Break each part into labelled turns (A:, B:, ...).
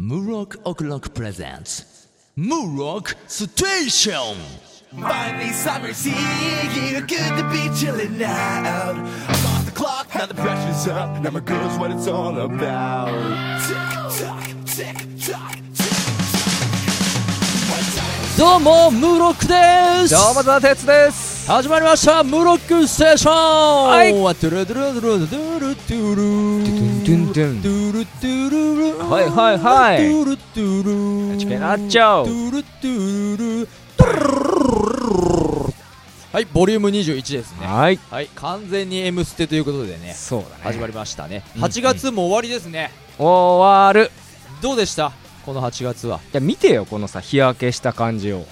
A: Murok O'Clock presents Murok Station!
B: Finally, summer's here. Good to be chilling out. I'm off the clock, now the pressure's up. Now my girl's what it's all about. Tick tock, tick tock, tick tock.
A: どうも、ムロックです
C: どうも、ザ・鉄です。
A: 始まりました、ムロックステーション
C: い
A: いトゥルドゥルドゥルドゥルトゥル
C: トゥントゥン
A: ト
C: ト
A: ゥルトゥルル
C: はいはいはい
A: トゥルトゥル
C: チキンナッチョ
A: トゥルトゥルルトゥルルルはい、ボリューム21ですね。
C: はい。
A: はい、完全に M ステということでね、
C: そうだね。
A: 始まりましたね。
C: うん
A: 8月も終わりですね。
C: 終わる。
A: どうでしたこの8月は。
C: いや、見てよ、このさ、日焼けした感じを。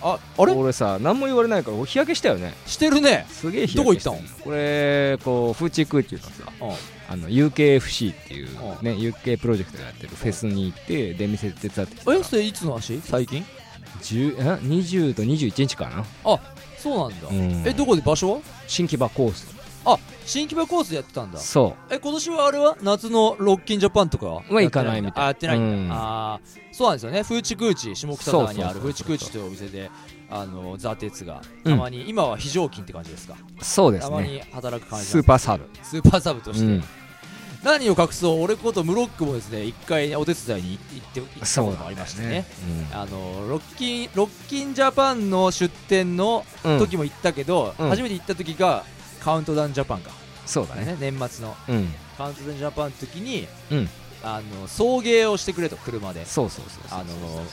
A: あ、あれ
C: 俺さ、何も言われないから、俺日焼けしたよね。
A: してるね。
C: すげえ日
A: どこ
C: 焼
A: 行っ
C: けしたた
A: の
C: これ、こう、フーチークーっていうかさ、あの、UKFC っていう
A: う、ん
C: ね、UK プロジェクトがやってるフェスに行って、出店手伝ってきた。
A: え、それいつの話最近
C: 10え ?20 と21日かな
A: そうなんだ。
C: うん
A: え、どこで場所
C: 新木場コース。
A: はあ、新木場コースでやってたんだ。
C: そ
A: え、今年はあれは夏のロッキンジャパンとかは
C: は行かないみたい
A: あ、やってないん
C: うん
A: だ。あーそうなんですよね。フーチクーチ、下北沢にある
C: そうそうそうそう
A: フーチクーチというお店で、あの、ザ・鉄が、
C: うん
A: たまに、今は非常勤って感じですか。
C: う。そうで
A: た
C: す
A: ま
C: ね。
A: に働く感じ
C: ス
A: なんで
C: ー
A: す
C: パーサブ。
A: スーパーサブとして。
C: うん。
A: 何を隠そう、俺ことムロックもですね、一回お手伝いに行って、行った
C: そ
A: こ
C: う
A: とも
C: だ
A: あ
C: ね
A: りましてね。。
C: うん
A: あのロッキンロッキンジャパンの出店の
C: うん
A: 時も行ったけど、
C: うん
A: 初めて行った時がカウントダウンジャパンか、
C: そうだね。
A: ね、年末の
C: うん。
A: カウントダウンジャパンの時に、
C: うん
A: あの送迎をしてくれと車で
C: そうそうそうそう。
A: あの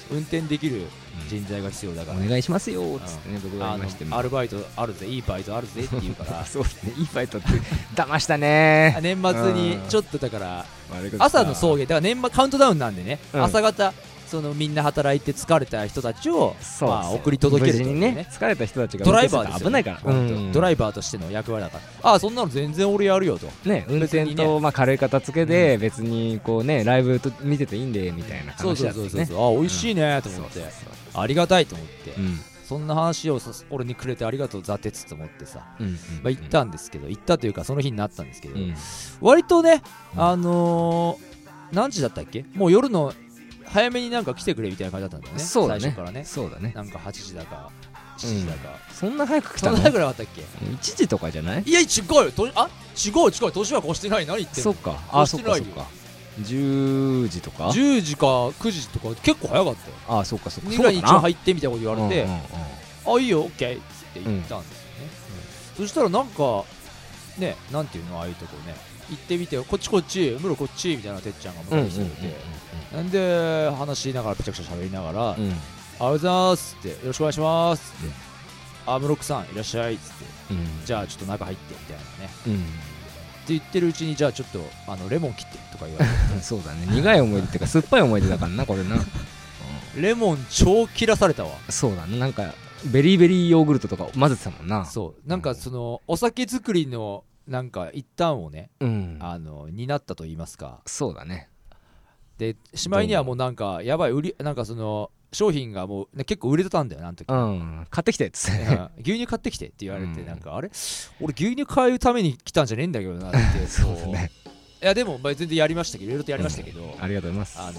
A: 運転できる人材が必要だから、
C: お願いしますよーっつってね、僕が言
A: あ
C: いまして
A: のアルバイトあるぜいいバイトあるぜって言うから
C: そうですねいいバ イトって騙したね
A: 年末に
C: うん
A: ちょっとだから
C: ー悪いことした
A: 朝の送迎だから年末カウントダウンなんでね、
C: うん
A: 朝方そのみんな働いて疲れた人たちを、
C: そう
A: まあ、送り届ける
C: 無
A: とい
C: 事
A: う
C: にね疲れた人たちが
A: ドライバーです
C: 運
A: よ
C: 転ると危ないから
A: ドラ
C: イ
A: イバーとしての役割だからああそんなの全然俺やるよと
C: ね、運
A: 別にね
C: 転と、まあ、軽い片付けで別にこうねライブと見てていいんでみたいな
A: そう
C: 話
A: そう
C: だった
A: そ
C: よ
A: うそう
C: ね
A: そうあ美味しいねと思ってありがたいと思って
C: うん
A: そんな話をさ俺にくれてありがとうザ・鉄と思ってさ
C: うん
A: まあ行ったんですけど行ったというかその日になったんですけど
C: うん
A: 割とね
C: うん
A: あのー何時だったっけもう夜の早めになんか来てくれみたいな感じだったんだよね
C: そうだ
A: 最
C: ね
A: 初からね
C: そうだね
A: なんか8時だか7時だか
C: そんな早く来
A: そ
C: た
A: ん
C: の
A: なぐらいだったっけ
C: 1時とかじゃない
A: いや違うよとあ違う違う年は越してない何言ってんの
C: そっかあ
A: そ
C: そっ
A: うしてな
C: か
A: い
C: そ
A: よ
C: っか10時とか
A: 10時か9時とか結構早かったよ
C: あそっかそっか
A: ぐらいに一応
C: っ
A: 入ってみたいなこと言われて「あいいよオッケー」っつって行ったんですよね、そしたらなんかねなんていうのああいうとこね行ってみてこっちこっちムロこっちみたいなてっちゃんが
C: うんうん
A: 迎えしてくれて、なんで話しながらぺちゃくちゃ喋りながら「あり
C: うんうん
A: がとうございます」って「よろしくお願いします」って「あムロックさんいらっしゃい」っつって「じゃあちょっと中入って」みたいなねって言ってるうちにじゃあちょっとあのレモン切ってとか言われ て
C: そうだね苦い思い出っていうか酸っぱい思い出だからなこれな
A: レモン超切らされたわ
C: そうだねなんかベリーベリーヨーグルトとか混ぜてたもんな
A: そうなんかそのお酒作りのなんか一端をね
C: うん
A: あの担ったと言いますか
C: そうだね
A: でしまいにはもうなんかやばい売りなんかその商品がもう、ね、結構売れてたんだよなあの 時、
C: うん買ってきてっつっ
A: う
C: て
A: ん牛乳買ってきてって言われて、
C: うん
A: なんかあれ俺牛乳買うために来たんじゃねえんだけどなって
C: そうだね
A: こういやでも、まあ、全然やりましたけどいろいろとやりましたけど、
C: ありがとうございます
A: あのー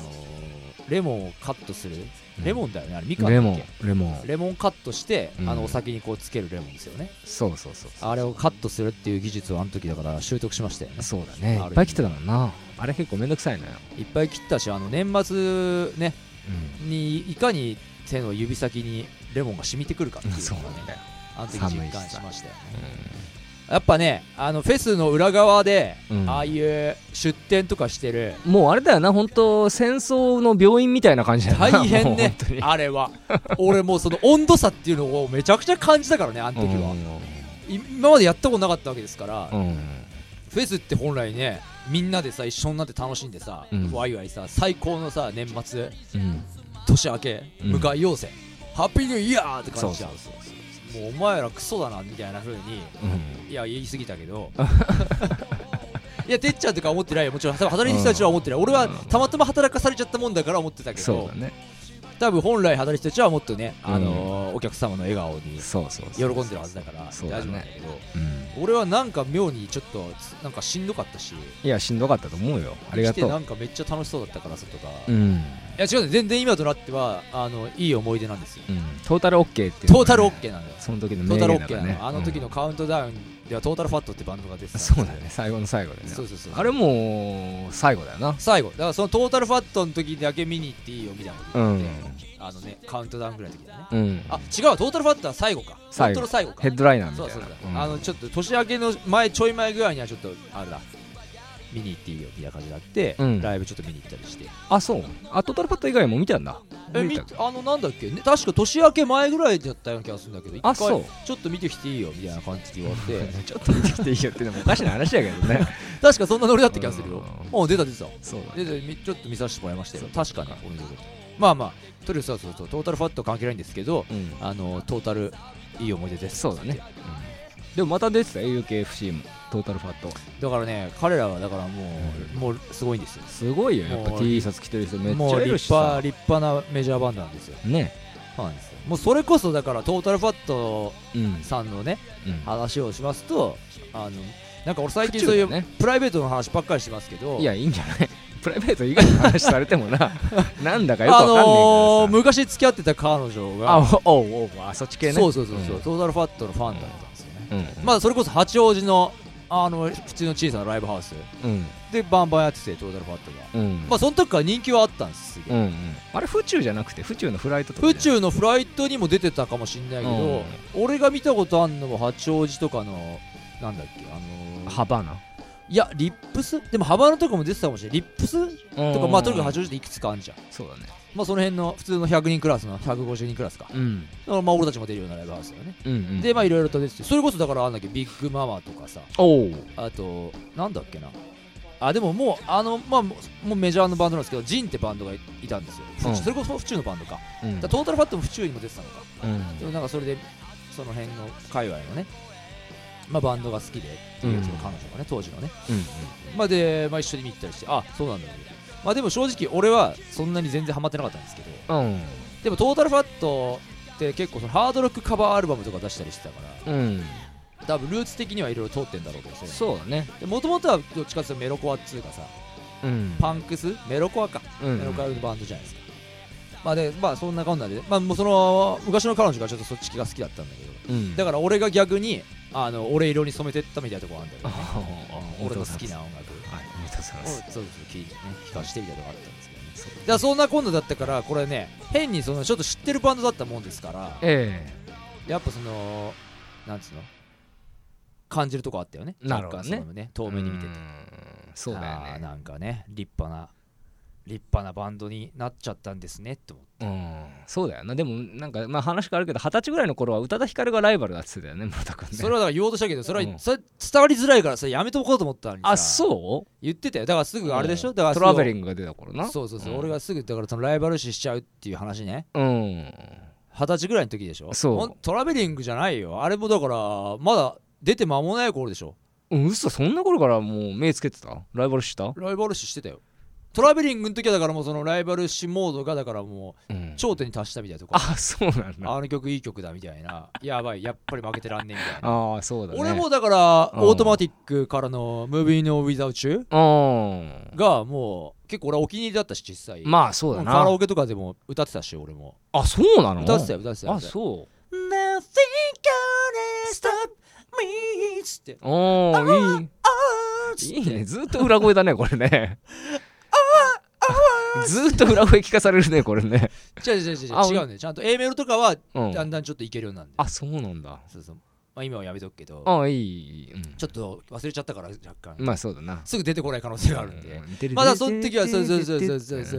A: レモンをカットする
C: うん
A: レモンだよねあれみかん
C: レ
A: だ
C: モ
A: っ
C: ン
A: け
C: レモン
A: レモンカットして、
C: うん
A: あのお酒にこうつけるレモンですよね
C: そうそうそう
A: あれをカットするっていう技術をあの時だから習得しましたよね
C: そうだねい
A: ある意味
C: っぱい来てたもんなあれ結構めんどくさいのよ
A: いっぱい切ったしあの年末ねにいかに手の指先にレモンが染みてくるかって
C: う
A: いう
C: ん
A: のが
C: そう
A: ね
C: なんだよ
A: あの時
C: 寒い
A: 実
C: しさ
A: 感しましたよね
C: う
A: やっぱねあのフェスの裏側で、
C: うん
A: ああいう出店とかしてる
C: んもうあれだよな本当戦争の病院みたいな感じだよな
A: 大変
C: もう
A: ね
C: 本当に
A: あれは俺もうその温度差っていうのをめちゃくちゃ感じたからねあの時は、今までやったことなかったわけですから、
C: うんうん
A: フェスって本来ねみんなでさ一緒になって楽しんでさ、
C: うん
A: ワイワイさ最高のさ年末
C: うん
A: 年明け
C: うん
A: 迎えようぜ、ハッピーニューイヤーって
C: そ
A: 感
C: う
A: じじ
C: そ
A: ゃ
C: うんそう
A: もうお前らクソだなみたいな風に
C: うん
A: いや言い過ぎたけど いやてっちゃんとか思ってないよもちろん多分働いてる人たちは思ってない、俺はたまたま働かされちゃったもんだから思ってたけ
C: そう
A: ど
C: だね
A: 多分本来働いてる人たちはもっとね、あのーお客様の笑顔に
C: そうそうそう
A: 喜んでるはずだから
C: そう
A: 大
C: だ
A: 丈夫な
C: ね
A: んだけど
C: うん
A: 俺はなんか妙にちょっとなんかしんどかったし
C: いやしんどかったと思うよありが
A: 来
C: と
A: てな
C: うん
A: かめっちゃ楽しそうだったから外が、
C: う
A: い
C: ん、
A: や違うね全然今となってはあのいい思い出なんですよ、
C: うん、トータル OK っていう、
A: トータルオッケーなんだよ
C: その時の
A: ト
C: 名
A: ータル
C: 言
A: オ
C: だ
A: ッ
C: か
A: ケー
C: ら
A: な
C: ね
A: のあの時の
C: うん
A: カウントダウンではトータルファットってバンドが出てたんです
C: そ
A: よ
C: うだね最後の最後でね
A: そうそうそう
C: あれもう最後だよな
A: 最後だからそのトータルファットの時だけ見に行っていいよみたいなこと
C: う
A: 言っ
C: ん
A: て、あのねカウントダウンぐらいの時だね、
C: うん
A: あ違うわトータルファットは最後か本
C: 最
A: 当
C: 後
A: の最後か
C: ヘッドライナーみ
A: そ
C: たいうな
A: だそうだ、
C: うん
A: あのちょっと年明けの前ちょい前ぐらいにはちょっとあれだ見に行っていいよみたいな感じになって、
C: うん
A: ライブちょっと見に行ったりして
C: あそうあトータルパッド以外も見たんだ
A: え
C: 見
A: み
C: た
A: あのなんだっけ、ね、確か年明け前ぐらいだったような気がするんだけど一回
C: あそう
A: ちょっと見てきていいよみたいな感じで言われ て
C: ちょっと見てきていいよってのもおかしな話やけどね
A: 確かそんなノリだった気がするよ
C: うん
A: おう出た出た
C: そうだ
A: で
C: ね
A: でみちょっと見させてもらいましたよ
C: そう
A: 確かに俺のことまあまあとりあえずそうそうそうトータルファット関係ないんですけど
C: うん
A: あのトータルいい思い出です
C: そうだねでもまた出てた AUKFC もトータルファット
A: だからね彼らはだからもう、もうすごいんですよ
C: すごいよやっぱ
A: もう
C: T シャツ着てる人めっ
A: も
C: ちゃ
A: う
C: いる
A: 立
C: しさ
A: 派立派なメジャーバンドなんですよ
C: ね
A: そうなんですよもうそれこそだからトータルファット
C: うんうん
A: さんのね話をしますとあのなんか俺最近
C: 府中
A: そうい
C: だよ
A: う
C: ね
A: プライベートの話ばっかりしてますけど
C: いやいいんじゃない プライベート以外の話されても ななんだかよくわ
A: あ
C: かんな
A: の
C: いからさ
A: ー昔付き合ってた彼女が
C: あおおおおあそっち系ね
A: そうそうそうそう、トータルファットのファンだったんですよね、まあそれこそ八王子のあの普通の小さなライブハウス
C: うん
A: でバンバンやっててトータルファットが、
C: うん
A: まあその時から人気はあったんですすげえ
C: うんうんあれ府中じゃなくて府中のフライトとか
A: 宇宙のフライトにも出てたかもしんないけど、俺が見たことあんのも八王子とかのなんだっけあのー
C: ハバナ
A: いやリップスでも幅のとこも出てたかもしれないリップスとかまあとにかく八王子っていくつかあるじゃん
C: そうだね
A: まあその辺の普通の100人クラスの150人クラスかだか
C: うん
A: らまあ俺たちも出るようなライブハウスだよね、
C: うんうん
A: でまあいろいろと出ててそれこそだからあんだっけビッグママとかさ
C: おう
A: あとなんだっけなあでももうあのまあもうもうメジャーのバンドなんですけどジンってバンドがいいたんですよ、府中
C: うん
A: それこそ府中のバンドか,、
C: うん
A: だからトータルファットも府中にも出てたのか
C: うん
A: でもなんかそれでその辺の界隈のね、まあ、バンドが好きでっていう
C: うん
A: その彼女がね当時のね、
C: うん
A: まあ、で、まあ、一緒に見に行ったりしてあそうなんだねまあでも正直俺はそんなに全然ハマってなかったんですけど
C: うん
A: でもトータルファットって結構そのハードロックカバーアルバムとか出したりしてたから
C: うん
A: 多分ルーツ的にはいろいろ通ってんだろうけどさ
C: そうだね
A: もともとはどっちかっていうとメロコアっつうかさ
C: うん
A: パンクスメロコアか
C: うん
A: メロコアのバンドじゃないですか、まあでまあそんなこんなで、まあ、もうその昔の彼女がちょっとそっちが好きだったんだけど
C: うん
A: だから俺が逆にあの俺色に染めてったみたいなとこあるんだけど、ね、俺の好き
C: な
A: な音楽を
C: はいありがとうございます
A: そうそう聞いてね聞かしてみたいなとこあったんですけどねだからそんな今度だったからこれね変にそのちょっと知ってるバンドだったもんですから
C: え
A: やっぱそのなんつうの感じるとこあったよね
C: なるほどね
A: 若干そのね
C: え
A: 遠目に見てて
C: うんそうだよ
A: あー
C: ね
A: なんかね立派な立派なバンドになっちゃったんですねって思って
C: うんそうだよなでもなんかまあ話変わるけど二十歳ぐらいの頃は宇多田ヒカルがライバルだっつってたよね村田君 ね
A: それはだから言おうとしたけどそれは、
C: うん
A: それ伝わりづらいからさやめとこうと思ったのにさ
C: あそう
A: 言ってたよだからすぐあれでしょ
C: うん
A: だから
C: トラベ
A: ン
C: リングが出た頃な
A: そうそうそう、
C: うん
A: 俺がすぐだからそのライバル視しちゃうっていう話ね
C: うん
A: 二十歳ぐらいの時でしょ
C: そう
A: ほんトラベリングじゃないよあれもだからまだ出て間もない頃でしょ
C: うん嘘そんな頃からもう目つけてたライバルした
A: ライバル視してたよトラベリングの時はだからもうそのライバル視モードがだからも
C: うん
A: う頂点に達したみたいなとこあ
C: あそうなんだ
A: の曲いい曲だみたいなやばいやっぱり負けてらんねえみたいな
C: ああそうだね
A: 俺もだから、
C: うん
A: オートマティックからの「ムービーのウィザウチュ
C: うん
A: がもう結構俺はお気に入りだったし実際
C: まあそうだ
A: カラ
C: な
A: オケとかでも歌ってたし俺も
C: あそうなの
A: 歌ってたよ歌ってたよ
C: あそう
A: Nothing gonna stop me っつって
C: おーいいいいねずっと裏声だねこれね ずっと裏声聞かされるねこれね
A: 違う違う違う
C: あ
A: 違うねちゃんと A メロとかは
C: うん
A: だんだんちょっといけるようになんで
C: あそうなんだ
A: そうそうまあ今はやめとくけど
C: ああいいうん
A: ちょっと忘れちゃったから若干
C: まあそうだな
A: すぐ出てこない可能性があるんで
C: で
A: まだその時はそうそうそうそうそうそ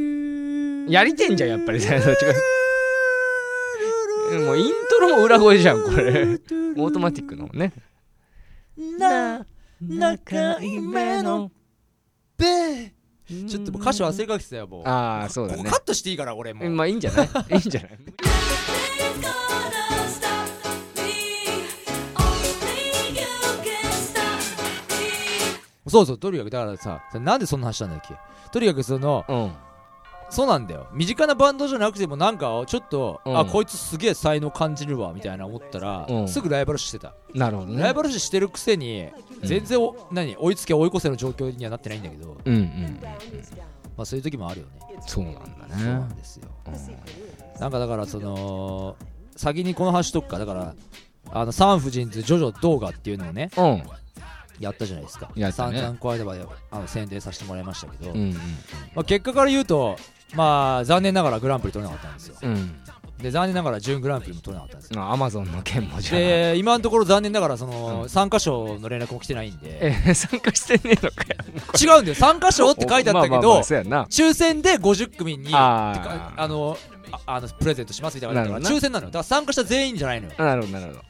A: う
C: やりてんじゃんやっ ぱりねどっちかもうイントロも裏声じゃんこれ オートマティックのね
A: な中居目のべちょっともう歌詞忘れかけてたよもう
C: ああそうだ
A: こ
C: ね
A: こカットしていいから俺もう
C: まあいいんじゃない いいんじゃない
D: Nothing's gonna stop me. Only you can stop me.
A: そうそうとにかくだからさそれなんでそんな話したんだっけとにかくその
C: うん
A: そうなんだよ身近なバンドじゃなくてもなんかちょっと、
C: うん
A: あこいつすげえ才能感じるわみたいな思ったら、
C: うん
A: すぐライバル視してた、
C: なるほどね
A: ライバル視してるくせに全然お、何追いつけ追い越せの状況にはなってないんだけど、
C: うんうんうん
A: まあ、そういう時もあるよね
C: そうなんだ
A: そうな
C: ね
A: んですよ、なんかだからその先にこの橋とくかだからあの産婦人図ジョジョ動画っていうのをね
C: うん
A: やったじゃないですか
C: やった
A: 散
C: ね
A: 々この間まであの宣伝させてもらいましたけど、
C: うん
A: まあ、結果から言うとまあ残念ながらグランプリ取れなかったんですよ
C: うんうん
A: で残念ながら準グランプリも取れなかったんですよ
C: あアマゾンの件もじゃあえ
A: で今のところ残念ながらその参加賞の連絡も来てないんで
C: 参加してねえのかよ
A: 違うんだよ参加賞って書いてあったけ
C: ままま
A: ど
C: そうやな
A: 抽選で50組に
C: あー
A: てかあのああのプレゼントしますみたいなのがあるか
C: なる
A: ら抽
C: ほどな
A: 選なのよだから参加した全員じゃないのよ
C: なるほどなるほど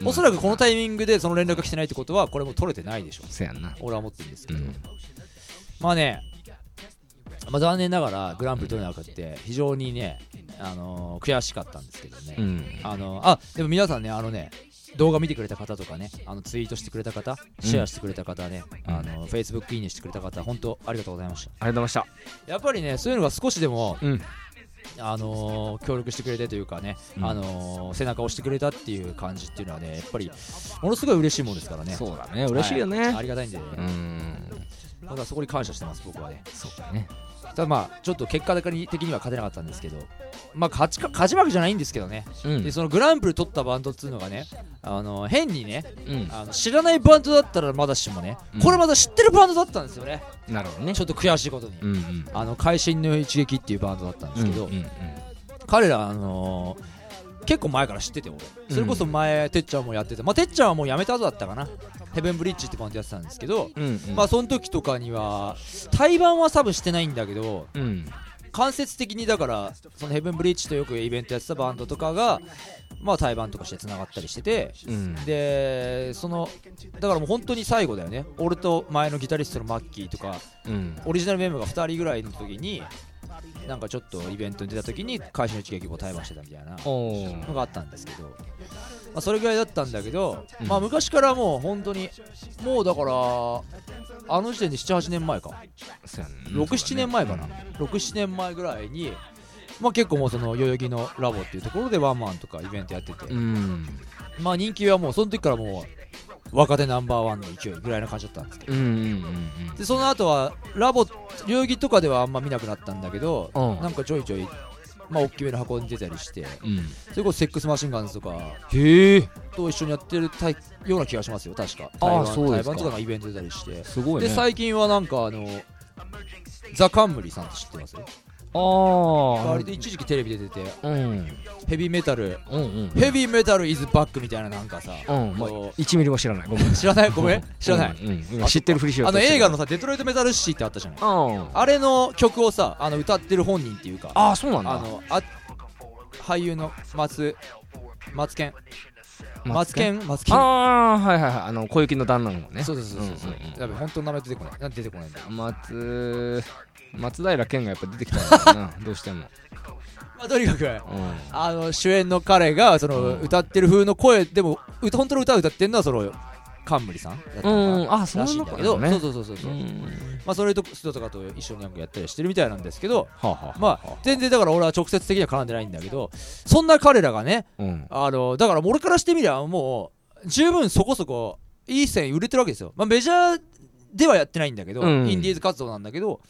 C: うん
A: おそらくこのタイミングでその連絡が来てないってことはこれもう取れてないでしょ
C: そうやんな
A: 俺は思ってるんですけ
C: う
A: ど、
C: ん
A: まあね、まあ、残念ながらグランプリ取れなくて非常にね、あのー悔しかったんですけどね、
C: うん
A: あのあでも皆さんねあのね動画見てくれた方とかねあのツイートしてくれた方シェアしてくれた方ね、
C: うん
A: あの Facebook いいねしてくれた方本当ありがとうございました
C: ありがとうございました
A: やっぱりねそういうのが少しでも
C: うん
A: あのー協力してくれてというかね、
C: うん
A: あのー背中を押してくれたっていう感じっていうのはねやっぱりものすごい嬉しいものですからね
C: そうだね嬉しいよ
A: はあ
C: ね
A: りがたいんでね、
C: うん
A: だからそこに感謝してます僕はね
C: そうだね
A: ただまあちょっと結果的に的には勝てなかったんですけどまあ勝ちか勝ち負けじゃないんですけどね、
C: うん
A: でそのグランプリ取ったバンドっつうのがねあのー変にね
C: うん
A: あの知らないバンドだったらまだしもね、
C: うん
A: これまだ知ってるバンドだったんですよね
C: なるほどね
A: ちょっと悔しいことに、
C: うんうん
A: あの会心の一撃っていうバンドだったんですけど、
C: うんうんうん
A: 彼らあのー結構前から知ってて俺それこそ前、てっちゃんもやっててまあてっちゃんはもうやめた後だったかなヘブンブリッジってバンドやってたんですけど、
C: うんうん
A: まあその時とかには対バンはサブしてないんだけど
C: うん
A: 間接的にだからそのヘブンブリッジとよくイベントやってたバンドとかがまあ対バンとかしてつながったりしてて
C: うん
A: でそのだからもう本当に最後だよね俺と前のギタリストのマッキーとか
C: うん
A: オリジナルメンバーが2人ぐらいの時になんかちょっとイベントに出た時に会社の一撃を対話してたみたいな
C: お
A: の
C: お
A: があったんですけど、まあ、それぐらいだったんだけど、
C: うん
A: まあ昔からもう本当にもうだからあの時点で78年前か67年前かな67年前ぐらいに、まあ、結構もうその代々木のラボっていうところでワンマンとかイベントやってて、
C: うん
A: まあ人気はもうその時からもう若手ナンバーワンの勢いぐらいの感じだったんですけど
C: うんうんうん
A: でその後はラボ代々木とかではあんま見なくなったんだけど、
C: うん
A: なんかちょいちょい、まあ、大きめの箱に出たりして
C: うん
A: それこそセックスマシンガンズとか
C: へえ
A: と一緒にやってるたいような気がしますよ確か
C: あー
A: 台湾
C: そうですか
A: 台湾とかがイベント出たりして
C: すごい
A: で
C: ね
A: 最近はなんかあのザ・カンムリさんって知ってます
C: あ
A: あ
C: あ
A: れで一時期テレビで出て
C: うんうん
A: ヘビーメタル
C: うん
A: ヘビーメタルイズバックみたいななんかさ、
C: うんまあ
A: こう
C: 1ミリも知らないごめん
A: 知らないごめん知らない、
C: うんうん今知ってるふりしよう
A: あ
C: と
A: の
C: してる
A: 映画のさデトロイトメタルシティってあったじゃない
C: うん
A: あれの曲をさあの歌ってる本人っていうか
C: ああそうなんだ
A: あのあ俳優の松松健
C: マ
A: 松
C: ツケン
A: 健松
C: あ
A: 健
C: あはいはいはいあの小雪の旦那のもね
A: そうそうそうそうそう
C: うんうんうん
A: やべ本当の名前出てこないなんで出てこないんだ
C: 松松平健がやっぱ出てきたからなどうしても
A: まあとにかく
C: うん
A: あの主演の彼がその
C: うん
A: 歌ってる風の声でもう本当の歌を歌ってるのはその冠さんだったのかな
C: うんあそう
A: ら
C: な
A: しいん
C: の
A: だ
C: か
A: けど、
C: ね
A: そうそうそうそうそう、まあそれと人とかと一緒になんかやったりしてるみたいなんですけど
C: はあは
A: まあ全然だから俺は直接的には絡んでないんだけどそんな彼らがね
C: あうん
A: あのだから俺からしてみりゃもう十分そこそこいい線売れてるわけですよ、まあ、メジャーではやってないんだけど、
C: うん
A: インディーズ活動なんだけど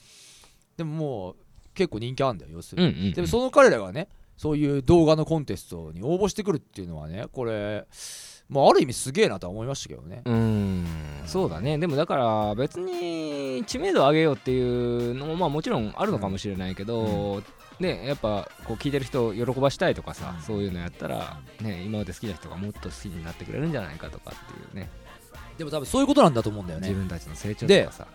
A: でももう結構人気あるんだよ要する
C: うんう
A: に、
C: ん
A: でもその彼らがねそういう動画のコンテストに応募してくるっていうのはねこれ、まあ、ある意味すげえなとは思いましたけどね、
C: うんそうだねでもだから別に知名度を上げようっていうのもまあもちろんあるのかもしれないけど、ねやっぱこう聞いてる人を喜ばしたいとかさ、そういうのやったら、ね、今まで好きな人がもっと好きになってくれるんじゃないかとかっていうね
A: でも多分そういうことなんだと思うんだよ
C: 自
A: ね
C: 分たちの成長
A: で
C: とかさ、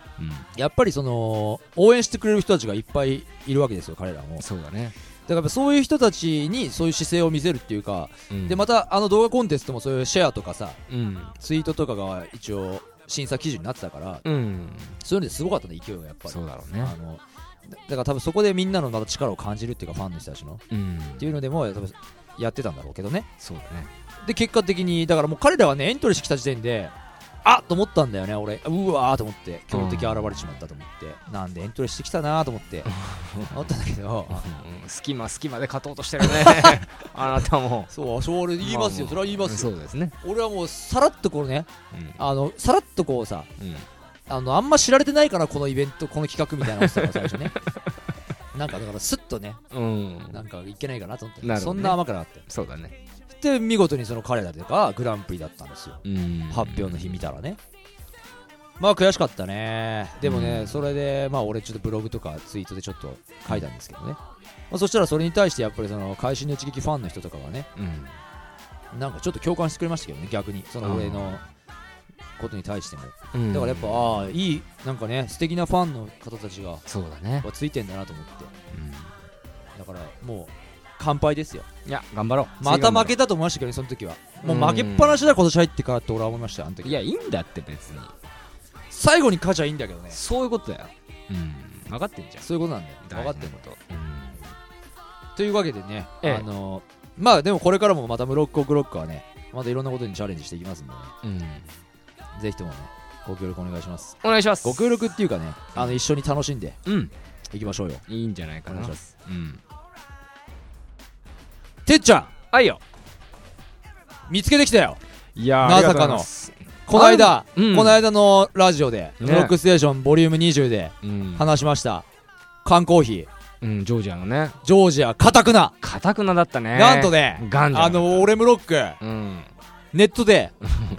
C: う
A: やっぱりその応援してくれる人たちがいっぱいいるわけですよ彼らも
C: ん、そうだね、
A: だからやっぱそういう人たちにそういう姿勢を見せるっていうか、
C: うん
A: でまたあの動画コンテストもそういうシェアとかさ
C: うん
A: ツイートとかが一応審査基準になってたから
C: うん
A: そういうのですごかったね勢いがやっぱり
C: そうだろう
A: あ
C: ね
A: のだだから多分そこでみんなのまた力を感じるっていうかファンの人たちのっ
C: うん
A: ていうのでも多分やってたんだろうけどね
C: そうだね
A: で結果的にだからもう彼らはねエントリーしてきた時点であっと思ったんだよね俺うわーと思って強敵現れちまったと思って、なんでエントリーしてきたなーと思って思ったんだけど
C: うん隙間隙間で勝とうとしてる ねあなたも
A: そうあそう俺言いますよそれは言います
C: そ
A: よ
C: うですね
A: 俺はもうさらっとこうね
C: うん
A: あのさらっとこうさ
C: うん
A: あのあんま知られてないからこのイベントこの企画みたいなのをしたから最初 ねなんかだからスッとね
C: うん
A: なんかいけないかなと思って、
C: なるほ
A: そ
C: どね
A: んな甘くなかったよ
C: そうだね
A: で見事にその彼らがグランプリだったんですよ
C: うん
A: 発表の日見たらねまあ悔しかったねでもね、
C: うん
A: それでまあ俺ちょっとブログとかツイートでちょっと書いたんですけどね、まあ、そしたらそれに対してやっぱりその会心の一撃ファンの人とかがね
C: うん
A: なんかちょっと共感してくれましたけどね逆にその俺
C: あ
A: のことに対しても
C: うん
A: だからやっぱ、ああいいなんかね素敵なファンの方たちが
C: そうだね
A: はついてんだなと思って
C: うん
A: だからもう乾杯ですよ
C: いや頑張ろう
A: また負
C: け
A: けたと思いましたけどねその時はも
C: うん
A: う負けっぱなしだ今年入ってからって俺は思いましたよあの
C: い
A: 時
C: やいいんだって別に
A: 最後に勝ちゃいいんだけどね
C: そういうことだようん分かってんじゃん
A: そういうことなんだよ分かってる
C: 大事なこと
A: というわけでね、
C: ええ
A: あのまあでもこれからもまたムロックオクロックはねまたいろんなことにチャレンジしていきますんでね
C: うん
A: ぜひともねご協力お願いします
C: お願いします
A: ご協力っていうかねあの一緒に楽しんで
C: うん
A: いきましょうよ
C: いいんじゃないか
A: お願
C: な
A: し
C: い
A: ます
C: うん
A: てっちゃん
C: はいよ
A: 見つけてきたよ
C: いや
A: まさかのこの間、
C: うん
A: この間のラジオで「ム
C: ね
A: ロックステーションボリューム20で
C: うん
A: 話しました缶コーヒー
C: うんジョージアのね
A: ジョージアかたくな
C: かたくなだったね
A: なんとね、
C: ガンじゃなか
A: あ
C: った
A: の、俺ムロック、
C: うん
A: ネット で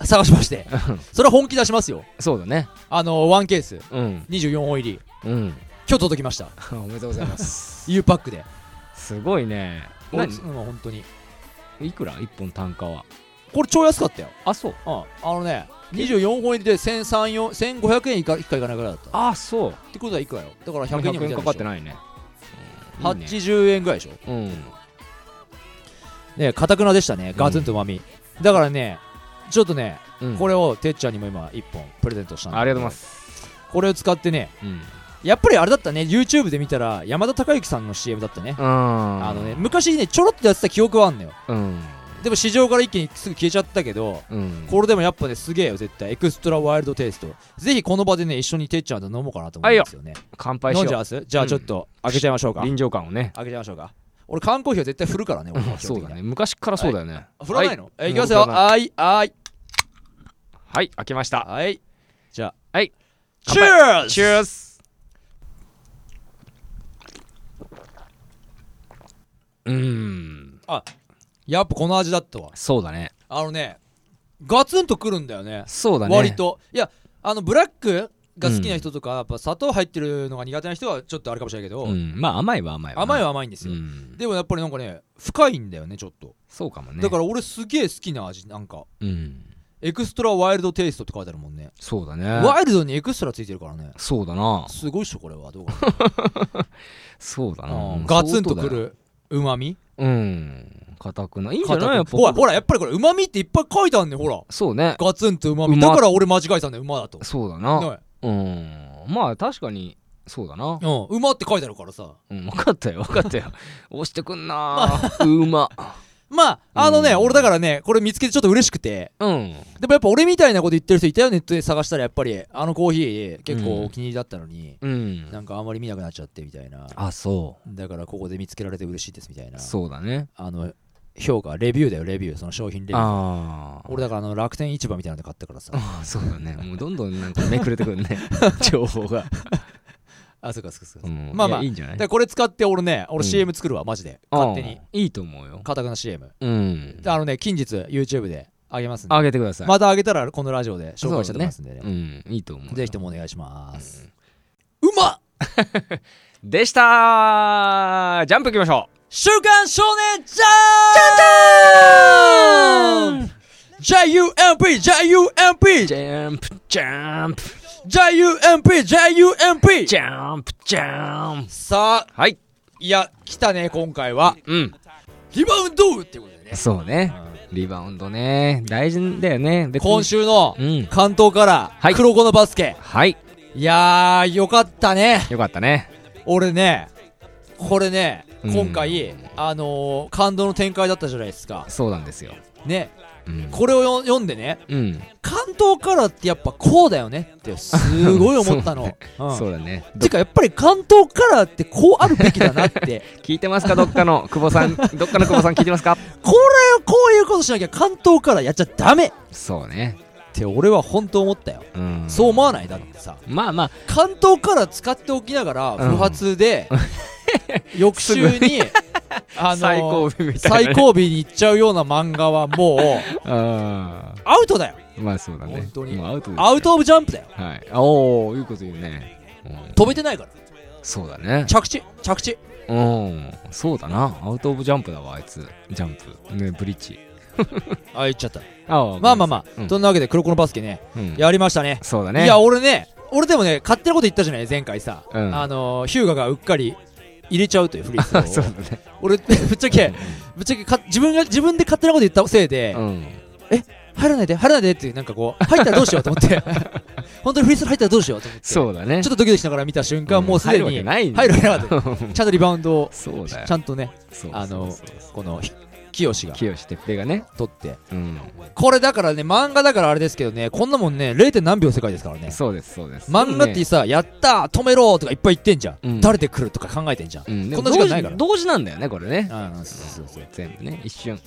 A: 探しまして、それは本気出しますよ。
C: そうだね
A: あの、ワンケース、
C: うん
A: 24本入り、
C: うん
A: 今日届きました。
C: おめでとうございます
A: U パックで。
C: すごいね
A: 俺う
C: 何
A: ん、本当に。
C: いくら1本単価は
A: これ超安かったよ。
C: あそう
A: うん。あのね、24本入りで1300 1500円いかいかいかないぐらいだった。
C: あそう
A: ってことはいくらよ。だから100円に
C: 100
A: も
C: 円かかって
A: い
C: ないね
A: でしょ。
C: うんいいね
A: 80円ぐらいでしょ。
C: うん
A: ね、かたくなでしたね。ガツンとうまみ。だからね、ちょっとね、
C: うん
A: これをてっちゃんにも今1本プレゼントしたんだ
C: ありがとうございます
A: これを使ってね、
C: うん
A: やっぱりあれだったね YouTube で見たら山田孝之さんの CM だったね、
C: あ
A: あのね昔ねちょろっとやってた記憶はあんのよ
C: うん
A: でも市場から一気にすぐ消えちゃったけど
C: うん
A: これでもやっぱねすげえよ絶対エクストラワイルドテイストぜひこの場でね一緒にてっちゃんと飲もうかなと思うんですよね
C: 乾杯
A: 飲
C: し
A: んじゃい
C: よ
A: ますじゃあちょっと開けちゃいましょう
C: う
A: か、
C: 臨場感をね
A: 開けちゃいましょうか俺缶コーヒーは絶対振るからね俺は基
C: そ
A: 本
C: う
A: 的に
C: だね昔からそうだよね
A: あ振らないの、
C: はい
A: えいきますよ
C: もう振らな
A: はいはい
C: はい開けました
A: はいじゃあ
C: はい
A: チューズ
C: チュースうーん
A: やっぱこの味だったわ
C: そうだね
A: あのねガツンとくるんだよね
C: そうだね
A: 割といやあのブラックが好きな人とか、やっぱ砂糖入ってるのが苦手な人はちょっとあれかもしれないけど、
C: うんまあ甘いは甘いわな
A: 甘いは甘いんですよ、
C: うん
A: でもやっぱりなんかね深いんだよねちょっと、
C: そうかもね
A: だから俺すげえ好きな味なんか
C: うん
A: エクストラワイルドテイストって書いてあるもんね
C: そうだね
A: ワイルドにエクストラついてるからね
C: そうだな
A: すごいっしょこれはどうか
C: そうだ
A: な、
C: な
A: ガツンとくるうまみ
C: うん硬くないいいんじゃ
A: 硬く
C: ないやっぱ
A: ほらほらやっぱりこれうまみっていっぱい書いてあるねほら
C: そうね
A: ガツンとうまみ
C: うま
A: だから俺間違えたんだよ馬だと
C: そうだな
A: ね
C: うんまあ確かにそうだな
A: うん、馬って書いてあるからさ
C: うん分かったよ分かったよ押してくんなー うま
A: まああのね、
C: うん
A: 俺だからねこれ見つけてちょっと嬉しくて
C: うん
A: でもやっぱ俺みたいなこと言ってる人いたよネットで探したらやっぱりあのコーヒー結構お気に入りだったのに、
C: うん
A: なんかあんまり見なくなっちゃってみたいな
C: あそ
A: だからここで見つけられて嬉しいですみたいな
C: うそうだね
A: あの評価レビューだよレビューその商品レビュー
C: ああ
A: 俺だからあの楽天市場みたいなので買ったからさ
C: あそうだねもうどんどんなんかめくれてくるね 情報が、
A: あそうかそうかそうか、
C: うん
A: まあまあ
C: いやいいんじゃない
A: だからこれ使って俺ね俺
C: うん
A: CM 作るわ、マジで勝手に
C: うんいいと思うよ
A: かたくな CM
C: うん
A: であのね近日 YouTube であげますんで
C: あげてください
A: またあげたらこのラジオで紹介したいと思いますんでね
C: うんいいと思うよ
A: ぜひともお願いします、うまっ
C: でしたージャンプいきましょ
A: 週刊少年ジャンプ JUMP JUMP
C: うジャンプジャンプ
A: JUMP JUMP
C: ジャンプジャンプ
A: さあ
C: はい
A: いや来たね今回は
C: うん
A: リバウンドってことでね
C: そうねリバウンドね大事だよね別に
A: 今週の
C: うん
A: 関東か
C: は
A: ら
C: い
A: 黒子のバスケ
C: はい
A: いやーよかったね
C: よかったね
A: 俺ねこれね
C: うん
A: 今回あのー感動の展開だったじゃないですか
C: そうなんですよ
A: ね
C: うん
A: これをよ読んでね
C: うん
A: 感東からってやっぱこうだよねってすごい思った の、うん
C: そうだねど
A: てかやっぱり関東からってこうあるべきだなって
C: 聞いてますかどっかの久保さんどっかの久保さん聞いてますか
A: これをこういうことしなきゃ関東からやっちゃダメっ
C: そうね
A: て俺は本当思ったよ、
C: うん
A: そう思わないだってさ
C: まあまあ
A: 関東から使っておきながら
C: うん
A: 不発 で、翌週に あの
C: 最後尾みたいなね
A: 最後尾に行っちゃうような漫画は もう
C: あ
A: アウトだよ
C: ーまあそうだね
A: 本当に
C: もうアウトです
A: アウトオブジャンプだよ
C: はいおおいうこと言うね、うん
A: 飛べてないから
C: そうだね
A: 着地着地
C: うんそうだなアウトオブジャンプだわあいつジャンプねブリッジ
A: あ言っちゃった
C: あ
A: まあまあまあ、
C: うん
A: そんなわけで黒子のバスケね、
C: あ、うん
A: やりましたね
C: そうだね
A: いや俺ね俺でもね勝手なこと言ったじゃない前回さ、
C: うん
A: あのーヒューガがうっかり入れちゃうというフリースロ
C: そうだ
A: ーを
C: ね
A: 俺ぶっちゃけぶっちゃけか自分が自分で勝手なこと言ったせいで、
C: うん
A: 入らないで入らないでってなんかこう入ったらどうしようと思 って本当にフリースロー入ったらどうしようと思って
C: そうだね
A: ちょっとドキドキしながら見た瞬間、
C: うん
A: もうすでに
C: 入るわけないね
A: 入るわけなかった ちゃんとリバウンドを
C: そうだよ
A: ちゃんとね
C: そう
A: あの
C: そうそうそう
A: このひ清が
C: 清志哲平がね
A: 取って
C: うん
A: これだからね漫画だからあれですけどねこんなもんね 0. 何秒世界ですからね
C: そうですそうです
A: 漫画ってさ、やったー止めろーとかいっぱい言ってんじゃん、
C: うん
A: 誰で来るとか考えてんじゃん、
C: うんで
A: こ
C: も
A: んな時間ないから
C: 同時同時なんだよねこれね
A: ああそうそうそう
C: 全部ね一瞬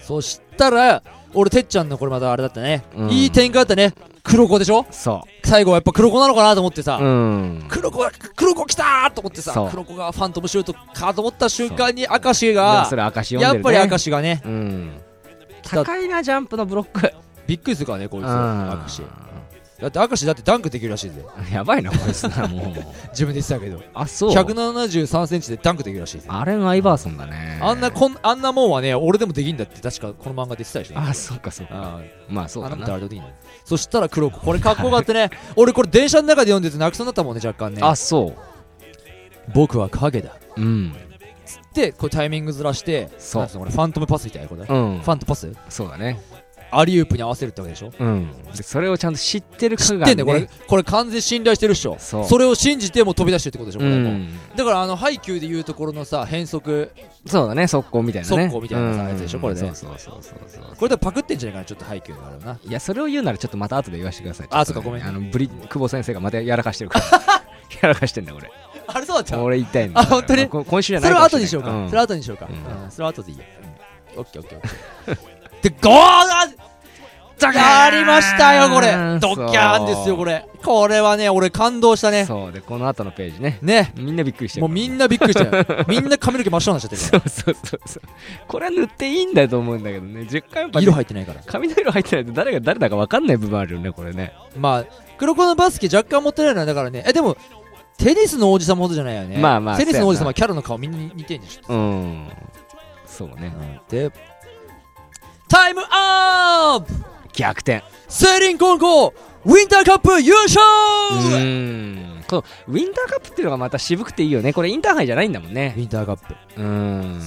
A: そしたら俺てっちゃんのこれまたあれだったね、
C: うん
A: いい展開だったね黒子でしょ
C: そ
A: 最後はやっぱ黒子なのかなと思ってさ、
C: ううん
A: 黒子が黒子来たーと思って
C: そ
A: さ
C: う
A: 黒子がファントムシュートかと思った瞬間に明石が
C: それ証読
A: や
C: ん
A: っ
C: でる
A: ぱ
C: ね
A: り明石がね
C: うん
A: 来た
C: 高いなジャンプのブロック
A: びっくりするからねこいつ明石
C: う
A: だって明石だってダンクできるらしいぜ
C: んやばいなこいつなもう
A: 自分で言ってたけど
C: あそう
A: 1 7 3ンチでダンクできるらしいぜ
C: あれがアイバーソンだね
A: あんなこんあんなもんはね俺でもできんだって確かこの漫画で言ってたでしょ
C: あそっかそっか
A: あ
C: まあそう
A: あ
C: だ
A: の
C: な
A: 誰でもできんだそしたら黒子これかっこよかったね俺これ電車の中で読んでて泣きそうになったもんね若干ね
C: あそ
A: 僕は影だ
C: ううん
A: でこうタイミングずらして
C: そう
A: なんつのこれファントムパスみたいなこれ、フ
C: うん
A: ァントパス
C: そうだね
A: アリウープに合わせるってわけでしょ
C: うんでそれをちゃんと知ってる
A: 知
C: か
A: っ
C: が
A: てんだよこれこれ完全信頼してるっしょ
C: そう
A: れを信じてもう飛び出してるってことでしょこ
C: う
A: れも
C: ん
A: だからあの配球でいうところのさ変則
C: そうだね速攻みたいなね
A: 速攻みたいなさ
C: うん
A: やつでしょこれね
C: そうそうそうそうそう
A: これでパクってんじゃないかなちょっと配球があるない
C: やそれを言うならちょっとまた後で言わせてください
A: あ
C: ち
A: そ
C: ょっとね
A: っかごめん
C: あのブリ久保先生がまたやらかしてるから やらかしてんだ俺
A: あれそうだった
C: 俺言いたいんだ
A: あ本当に
C: まこ今週じゃな
A: そ
C: い
A: れは
C: かも
A: 後にしようか、それは後にしようか、
C: うん
A: うんそれは後でいいよ、うん、オッケーオッケーオッケー でゴーあやりましたよこれドッキャーンですよこ
C: れ
A: れこれはね俺感動した
C: ね
A: ね
C: そうでこの後のページね
A: ね
C: みんなびっくりしてる
A: もうみんなびっくりしたよ みんな髪の毛真っ白になっちゃってるか
C: そうそうそうそうこれは塗っていいんだと思うんだけどね10回やっ ぱ
A: ら色入ってないから
C: 髪の色入ってないと誰が誰だか分かんない部分あるよねこれね
A: まあ黒子のバスケ若干もったいないのはだからねえでもテニスの王子様ほどじゃないよね
C: まあまあ
A: テニスの王子
C: そ
A: 様
C: うやな
A: キャラの顔みんな似てんでしょ
C: うんそうね
A: でタイムアップ
C: 逆転
A: セリンコンコウィンターカップ優勝
C: うーんこのウィンターカップっていうのがまた渋くていいよねこれインターハイじゃないんだもん
A: ウ
C: ね
A: ィンターカップ
C: うーん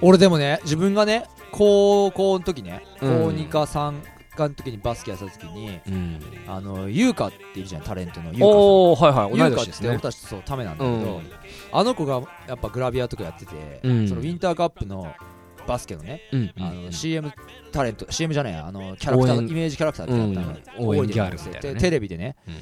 A: 俺でもね自分がね高校の時ね高
C: うん
A: 2か3かの時にバスケやってた時に
C: うん
A: あの優香っているじゃんタレントの優香
C: おおはいはい
A: さ
C: 同
A: ん
C: い
A: 優香って
C: 年です
A: 俺
C: ね
A: たちそうためなんだ
C: う
A: けど、
C: ん
A: あの子がやっぱグラビアとかやってて、
C: うん
A: そのウィンターカップのバスケのね、
C: うん
A: あの CM タレント CM じゃないやあのキャラクターの
C: 応援
A: イメージキャラクターみたいな
C: うん応援ギャールみたいな
A: で
C: ね
A: テレビでね、
C: うん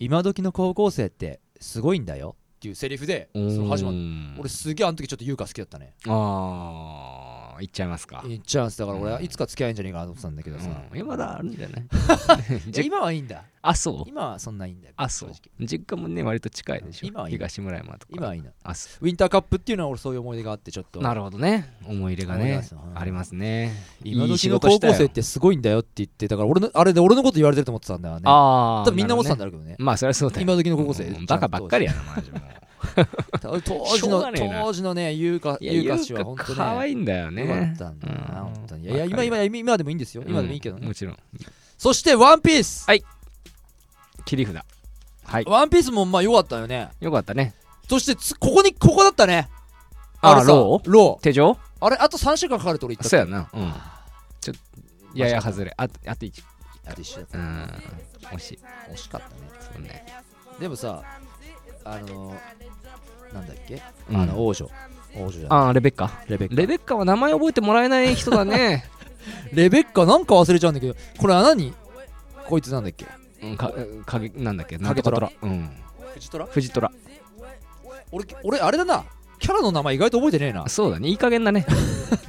A: 今時の高校生ってすごいんだよっていうセリフでその始まった
C: た
A: 俺すげえあの時ちょっと優香好きだったね
C: ああいっちゃいますか
A: いっちゃうんすだから俺
C: うん
A: はいつか付き合えんじゃねえかなと思ってたんだけどさ、
C: うん今まだあるんじゃない
A: いや今はいいんだ
C: あそう
A: 今はそんないいんだよ
C: あそう
A: 正直
C: 実家もね割と近いでしょ
A: 今はいい
C: 東村山とか
A: 今はいいな
C: あそ
A: ウィンターカップっていうのは俺そういう思い出があってちょっと
C: うなるほどね思い入れが
A: 思い出
C: ね
A: すな
C: ありますね
A: 今
C: いい
A: 時
C: 仕
A: の
C: 事
A: 高
C: した
A: 校
C: よ
A: 生ってすごいんだよって言ってだから俺のあれで俺のこと言われてると思ってたんだよね
C: ああ
A: 多分みんな思ってたん
C: だ
A: だろうけどね
C: まあそれはそうだよ
A: 今時の高校生
C: うんうんバカばっかりやなマジもう
A: 当
C: し
A: 時
C: ょう
A: の
C: がねえな
A: 当時のね優香
C: いや
A: 優香氏は
C: 優
A: 本
C: 香
A: 当
C: 可愛
A: ね
C: いんだよね
A: よかったんだよな
C: うん
A: 本当にいやいや今
C: わかるよ
A: 今今今でもいいんですよ今でもいいけど
C: うん
A: ね
C: もちろん
A: そしてワンピース
C: は切り札はい
A: ワンピースもまあ良かったよね
C: よかったね
A: そしてつここにここだったね
C: あ
A: れさ
C: ロー
A: ロー
C: 手錠
A: あれあと3週間かかると俺言ったっ
C: そう
A: け
C: やなうんちょっとやや外れあとあと1
A: あと一緒だった
C: うん惜しい
A: 惜しかったね
C: そうね
A: でもさあのなんだっけ
C: うん
A: あの王女王女じゃない
C: ああレベッカ
A: レベッカ
C: レベッ カは名前覚えてもらえない人だね
A: レベッカなんか忘れちゃうんだけどこれは何こいつなんだっけ
C: うんかかげなんだっけ
A: 影虎
C: なんとか虎うん
A: フジトラ
C: 藤虎
A: 俺俺あれだなキャラの名前意外と覚えてねえな
C: あそうだねいい加減 だね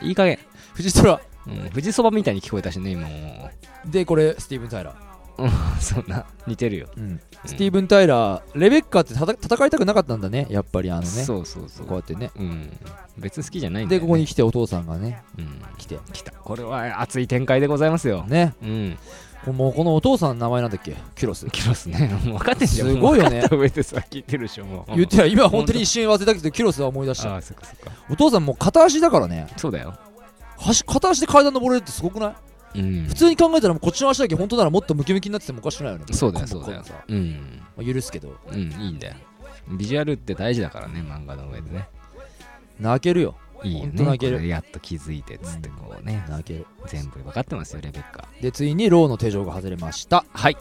C: いい加減
A: フジトラ
C: うん藤そばみたいに聞こえたしね今も
A: でこれスティーブン・タイラー、
C: ううんそんな似てるよ、
A: うんスティーブン・タイラーレベッカってたた戦いたくなかったんだねやっぱりあのね
C: そうそうそ
A: こ
C: う
A: うやってね
C: うん別に好きじゃないんだ
A: で
C: よ、ね、
A: ここに来てお父さんがね
C: うん
A: 来て
C: 来たこれは熱い展開でございますよ、
A: ね
C: うん
A: こもうこのお父さんの名前なんだっけキュロス
C: キュロスね もう分かってんじゃん
A: すごいよね
C: もう 分かった上でさ聞いてるでしょもう
A: 言ってた今本当に一瞬忘れたけどキュロスは思い出した
C: ああそっかそっか
A: お父さんもう片足だからね
C: そうだよ
A: 端片足で階段登れるってすごくない
C: うん
A: 普通に考えたらもうこっちの足だけ本当ならもっとムキムキになっててもおかしくないよね
C: そうだよ
A: こ
C: そうだよ
A: こさ
C: うん
A: まあ許すけど
C: うんいいんだよビジュアルって大事だからね漫画の上でね
A: 泣けるよ
C: いいよ
A: ほん
C: ね
A: と泣ける
C: これやっと気づいてっつってこうね
A: 泣ける
C: 全部分かってますよレベッカ
A: でついにローの手錠が外れました
C: はい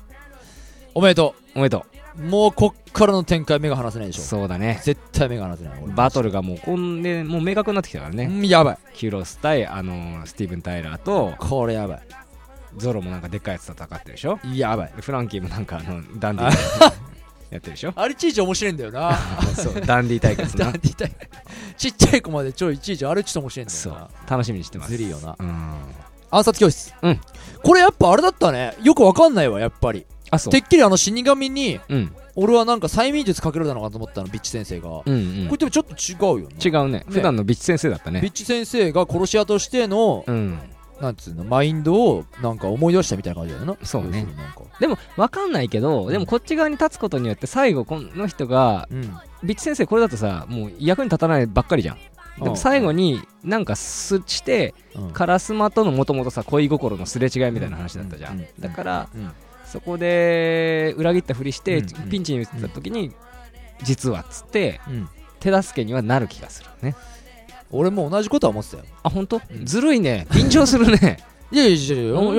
A: おめでと
C: おめでと
A: うもうこっからの展開目が離せないで
C: う
A: しょ
C: そうだね
A: 絶対目が離せない
C: バト
A: ル
C: ルがもうこんでもう明確になってきたからね
A: やばい
C: キュロス対あのースティーブン・タイラーと
A: これやば
C: ゾロもなんかでっかいやつと戦ってるでしょ
A: いやばい
C: でフランキーもなんかあのダンディー やってるでしょ
A: あれいちいち面白いんだよ な
C: そうダンディー対決
A: だっ
C: な
A: て痛い ちっちゃい子までちょいちいちあれちょっと面白いんだ
C: そ
A: よ
C: う
A: な
C: 楽しみにしてます
A: ずるいよな
C: うん
A: 暗殺教室
C: うん
A: これやっぱあれだったねよくわかんないわやっぱり
C: あそう
A: てっきりあの死神に
C: うん
A: 俺はなんか催眠術かけられたのかと思ったのビッチ先生が、こ
C: うんうん
A: れでもちょっと違うよね
C: 違うね普段のビッチ先生だった
A: ビ
C: ね
A: ッチ先生が殺し屋としての、
C: うん
A: なんつうのマインドをなんか思い出したみたいな感じだよな
C: そうね
A: 要するになんか
C: でも分かんないけどでもこっち側に立つことによって最後この人が
A: うん
C: ビッチ先生これだとさもう役に立たないばっかりじゃんでも最後になんかすして
A: うん
C: カラスマとのもともとさ恋心のすれ違いみたいな話だったじゃ
A: うん
C: ん
A: うん
C: だから
A: うん
C: そこで裏切ったふりして
A: うんうん
C: ピンチに打った時に実はっつって
A: うん
C: 手助けにはなる気がするね
A: 俺も同じことは思ってたよ
C: あ本当
A: うん
C: ずるいね緊張するね
A: いやいやいやいやいや
C: 本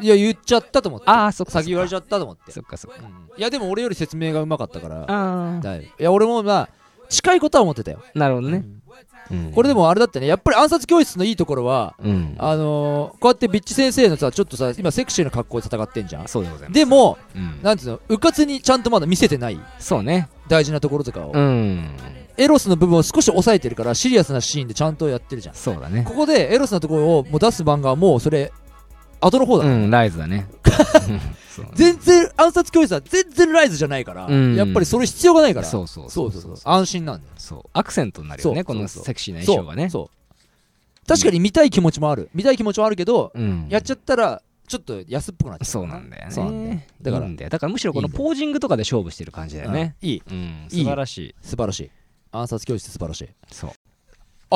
A: いや言っちゃったと思って
C: あーそっかそっか
A: 先言われちゃったと思って
C: 当そっかそっか
A: うんいやでも俺より説明がうまかったから
C: あ
A: だいぶいや俺もまあ近いことは思ってたよ、
C: あなるほど
A: う
C: ね
A: ん
C: うん
A: これでもあれだってねやっぱり暗殺教室のいいところは
C: うん
A: あのーこうやってビッチ先生のさちょっとさ今セクシーな格好で戦ってんじゃん
C: そうでございます
A: でも
C: うん
A: なんつうのうかつにちゃんとまだ見せてない
C: そうね
A: 大事なところとかを、
C: うん
A: エロスの部分を少し抑えてるからシリアスなシーンでちゃんとやってるじゃん
C: そうだね
A: ここでエロスなところをもう出す漫画はもうそれ後の方だ、
C: うんライズだねうん そう
A: 全然暗殺教室は全然ライズじゃないから、
C: うん
A: やっぱりそれ必要がないから
C: そうそう
A: そうそうそう安心なんだよ
C: そうアクセントになるよ
A: そ
C: ね
A: う
C: この
A: そうそう
C: セクシーな衣装がね
A: そうそう確かに見たい気持ちもある見たい気持ちもあるけど、
C: うん
A: やっちゃったらちょっと安っぽくなっちゃう
C: そうなんだよね
A: そうなんだよだ
C: だ
A: か
C: かららだよだからむしろこの
A: いいんだ
C: ポージングとかで勝負してる感じだよね
A: うんいい
C: うん
A: いい
C: 素晴らしい
A: 素晴らしい暗殺教室素晴らしい
C: そう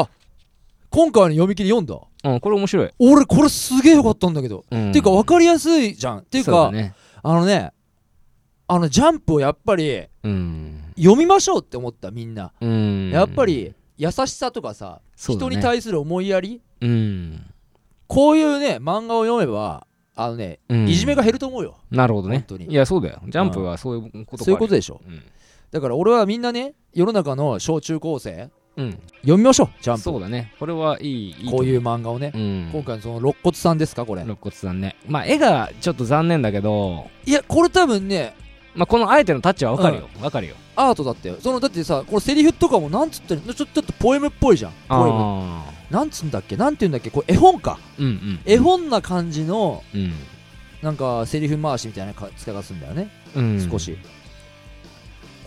A: 今回の読み切り読んだ
C: うんこれ面白い
A: 俺これすげえよかったんだけど、
C: うん
A: っていうか分かりやすいじゃんっていう
C: そうだ
A: か
C: ね
A: あのねあのジャンプをやっぱり
C: うん
A: 読みましょうって思ったみんな、
C: うん
A: やっぱり優しさとかさ、
C: そうだ
A: 人
C: ね
A: に対する思いやり
C: うん
A: こういうね漫画を読めばあのね、
C: うん
A: いじめが減ると思うよ
C: なるほどね
A: 本当に
C: いやそうだよジャンプはそういうこと
A: そういうこと
C: で
A: でしょだから俺はみんなね世の中の小中高生
C: うん
A: 読みましょうジャンプ
C: そうだねこれはいいい
A: こういうう漫画をね、
C: うん
A: 今回のその肋骨さんですかこれ
C: 肋骨さんねまあ絵がちょっと残念だけど
A: いやこれ多分ね
C: まあこのあえてのタッチはわかるよわかるよ
A: アートだってそのだってさこのセリフとかもなんつってんのちょちょっとポエムっぽいじゃんポエム
C: あ
A: なんつうんだっけなんて言うんだっけこれ絵本か
C: ーうん
A: 絵本な感じの
C: うん
A: なんかセリフ回しみたいなか使い方するんだよね
C: うんうん
A: 少し、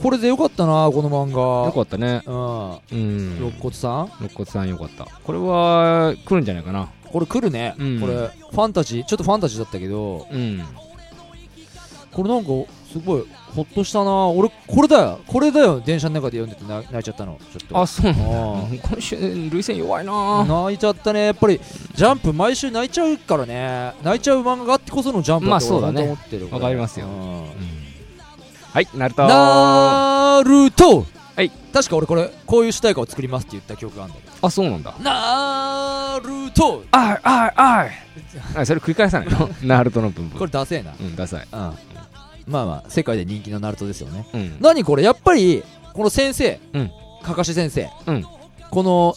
A: これでよかったなこの漫画
C: よかったね
A: うん
C: うん
A: 肋骨さん
C: 肋骨さんよかったこれは来るんじゃないかな
A: これ来るね、
C: うん
A: これファンタジーちょっとファンタジーだったけど
C: うん
A: これなんかすごいほっとしたな俺これだよこれだよ電車の中で読んでてな泣いちゃったのちょっと
C: あそうなんだ
A: あ
C: 今週涙腺弱いな
A: 泣いちゃったねやっぱりジャンプ毎週泣いちゃうからね泣いちゃう漫画があってこそのジャンプ
C: ま
A: だ
C: あ
A: と
C: そ
A: 俺
C: うだ
A: 本当
C: ね
A: 思ってるこれ
C: わかりますよ
A: うん
C: はいナルトあ
A: なると
C: はい
A: 確か俺これこういう主題歌を作りますって言った曲があるんだけど
C: そうなんだ
A: なると
C: あいあいあいあそれ繰り返さないのナルトのブンブ
A: こ
C: ン
A: れダセえな
C: うんダサい
A: うんまあまあ世界で人気のナルトですよね
C: うん
A: 何これやっぱりこの先生、
C: うん
A: かかし先生、
C: うん
A: この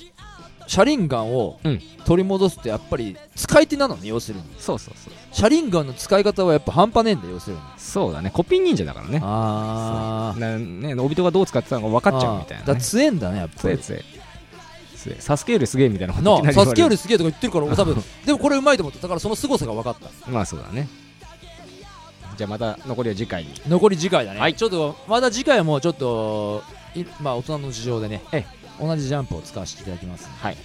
A: シャリンガンを
C: うん
A: 取り戻すってやっぱり使い手なのね要するに
C: そうそうそう
A: シャリンガンの使い方はやっぱ半端ねえんだよ要するに
C: そうだねコピー忍者だからね
A: あ
C: なねオビトがどう使ってたのか分かっちゃうみたい
A: だ
C: な、
A: から
C: ね、
A: 強えんだねやっぱ
C: つえ
A: り
C: つえつえサスケよりすげえみたいなこといき
A: な
C: な
A: あ
C: り言
A: サ
C: わ
A: ス
C: れ
A: ケ
C: る
A: よりすげえとか言ってるから 多分でもこれうまいと思っただからその凄さが分かった
C: まあそうだねじゃあまた残りは次回に
A: 残り次回だね、
C: はい
A: ちょっとまた次回もちょっといまあ大人の事情でね
C: え
A: 同じジャンプを使わせていただきます
C: はい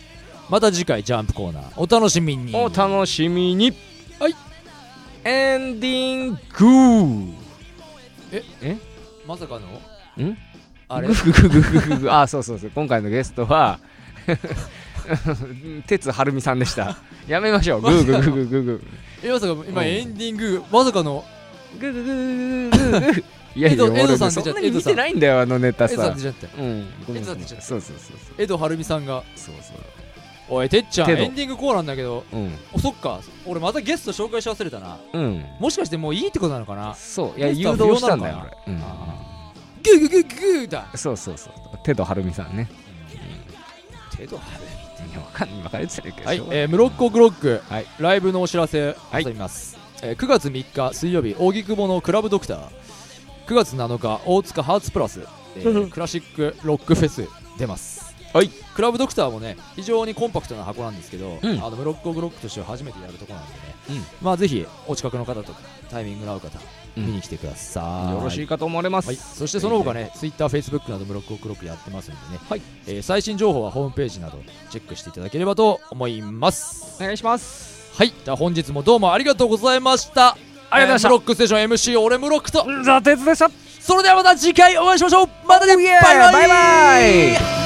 A: また次回ジャンプコーナーお楽しみに
C: お楽しみに
A: はい
C: エンディング
A: まさかの
C: ん
A: あれ
C: グフグフグフグあそうそうそう今回のゲストは 哲晴美さんでしたやめま しょうグーグーグーグーグー
A: えまさか今
C: うん
A: エンディングまさかの
C: グーグーグーグーグーグーグーいやいや
A: 江戸江戸さん出ちゃ
C: 俺そ
A: っ
C: ん
A: た
C: なに見てないんだよあのネタ
A: 江戸さん
C: さ
A: 出ちゃったよ
C: うんごめん
A: 江戸さ
C: そ
A: ん出ちゃった
C: うそうそうそう
A: 江戸晴美さんが
C: そう
A: 「
C: そ
A: おいてっちゃん
C: けど
A: エンディングコーナーなんだけど
C: ううん
A: おそっか俺またゲスト紹介し忘れたな
C: うん
A: もしかしてもういいってことなのかな
C: そういや
A: ゲスト
C: 誘
A: は
C: 導したんだ
A: 不要なの
C: よ
A: か
C: 俺うん
A: グーグーグーグーグーだ
C: そうそうそうテド晴美さんね
A: 手と晴美
C: いやわかんない今から言ってたけど
A: はい
C: しょうがない
A: えー、ムロッコグロック、
C: はい
A: ライブのお知らせ
C: はい
A: 挟みます、えー9月3日水曜日荻窪のクラブドクター9月7日大塚ハーツプラス、えー クラシックロックフェス出ます
C: はい
A: クラブドクターもね非常にコンパクトな箱なんですけど、
C: うん
A: あのムロッコグロックとしては初めてやるとこなんでね、
C: うん
A: まあぜひお近くの方とかタイミングの合う方
C: う
A: 見
C: ん
A: に来てください、
C: よろしいかと思われます、
A: はい、 そしてその他ね、ツイッター、フェイスブックなどブロックオクロックやってますんでね、
C: はい
A: えー最新情報はホームページなどチェックしていただければと思います。
C: お願いします
A: はい、では本日もどうもありがとうございました。
C: ありがとうございまし
A: えーム
C: た
A: ロックステーション MC 俺ムロックと、
C: ザ・鉄でした
A: それではまた次回お会いしましょう。またね、バイバイ。
C: バイバイ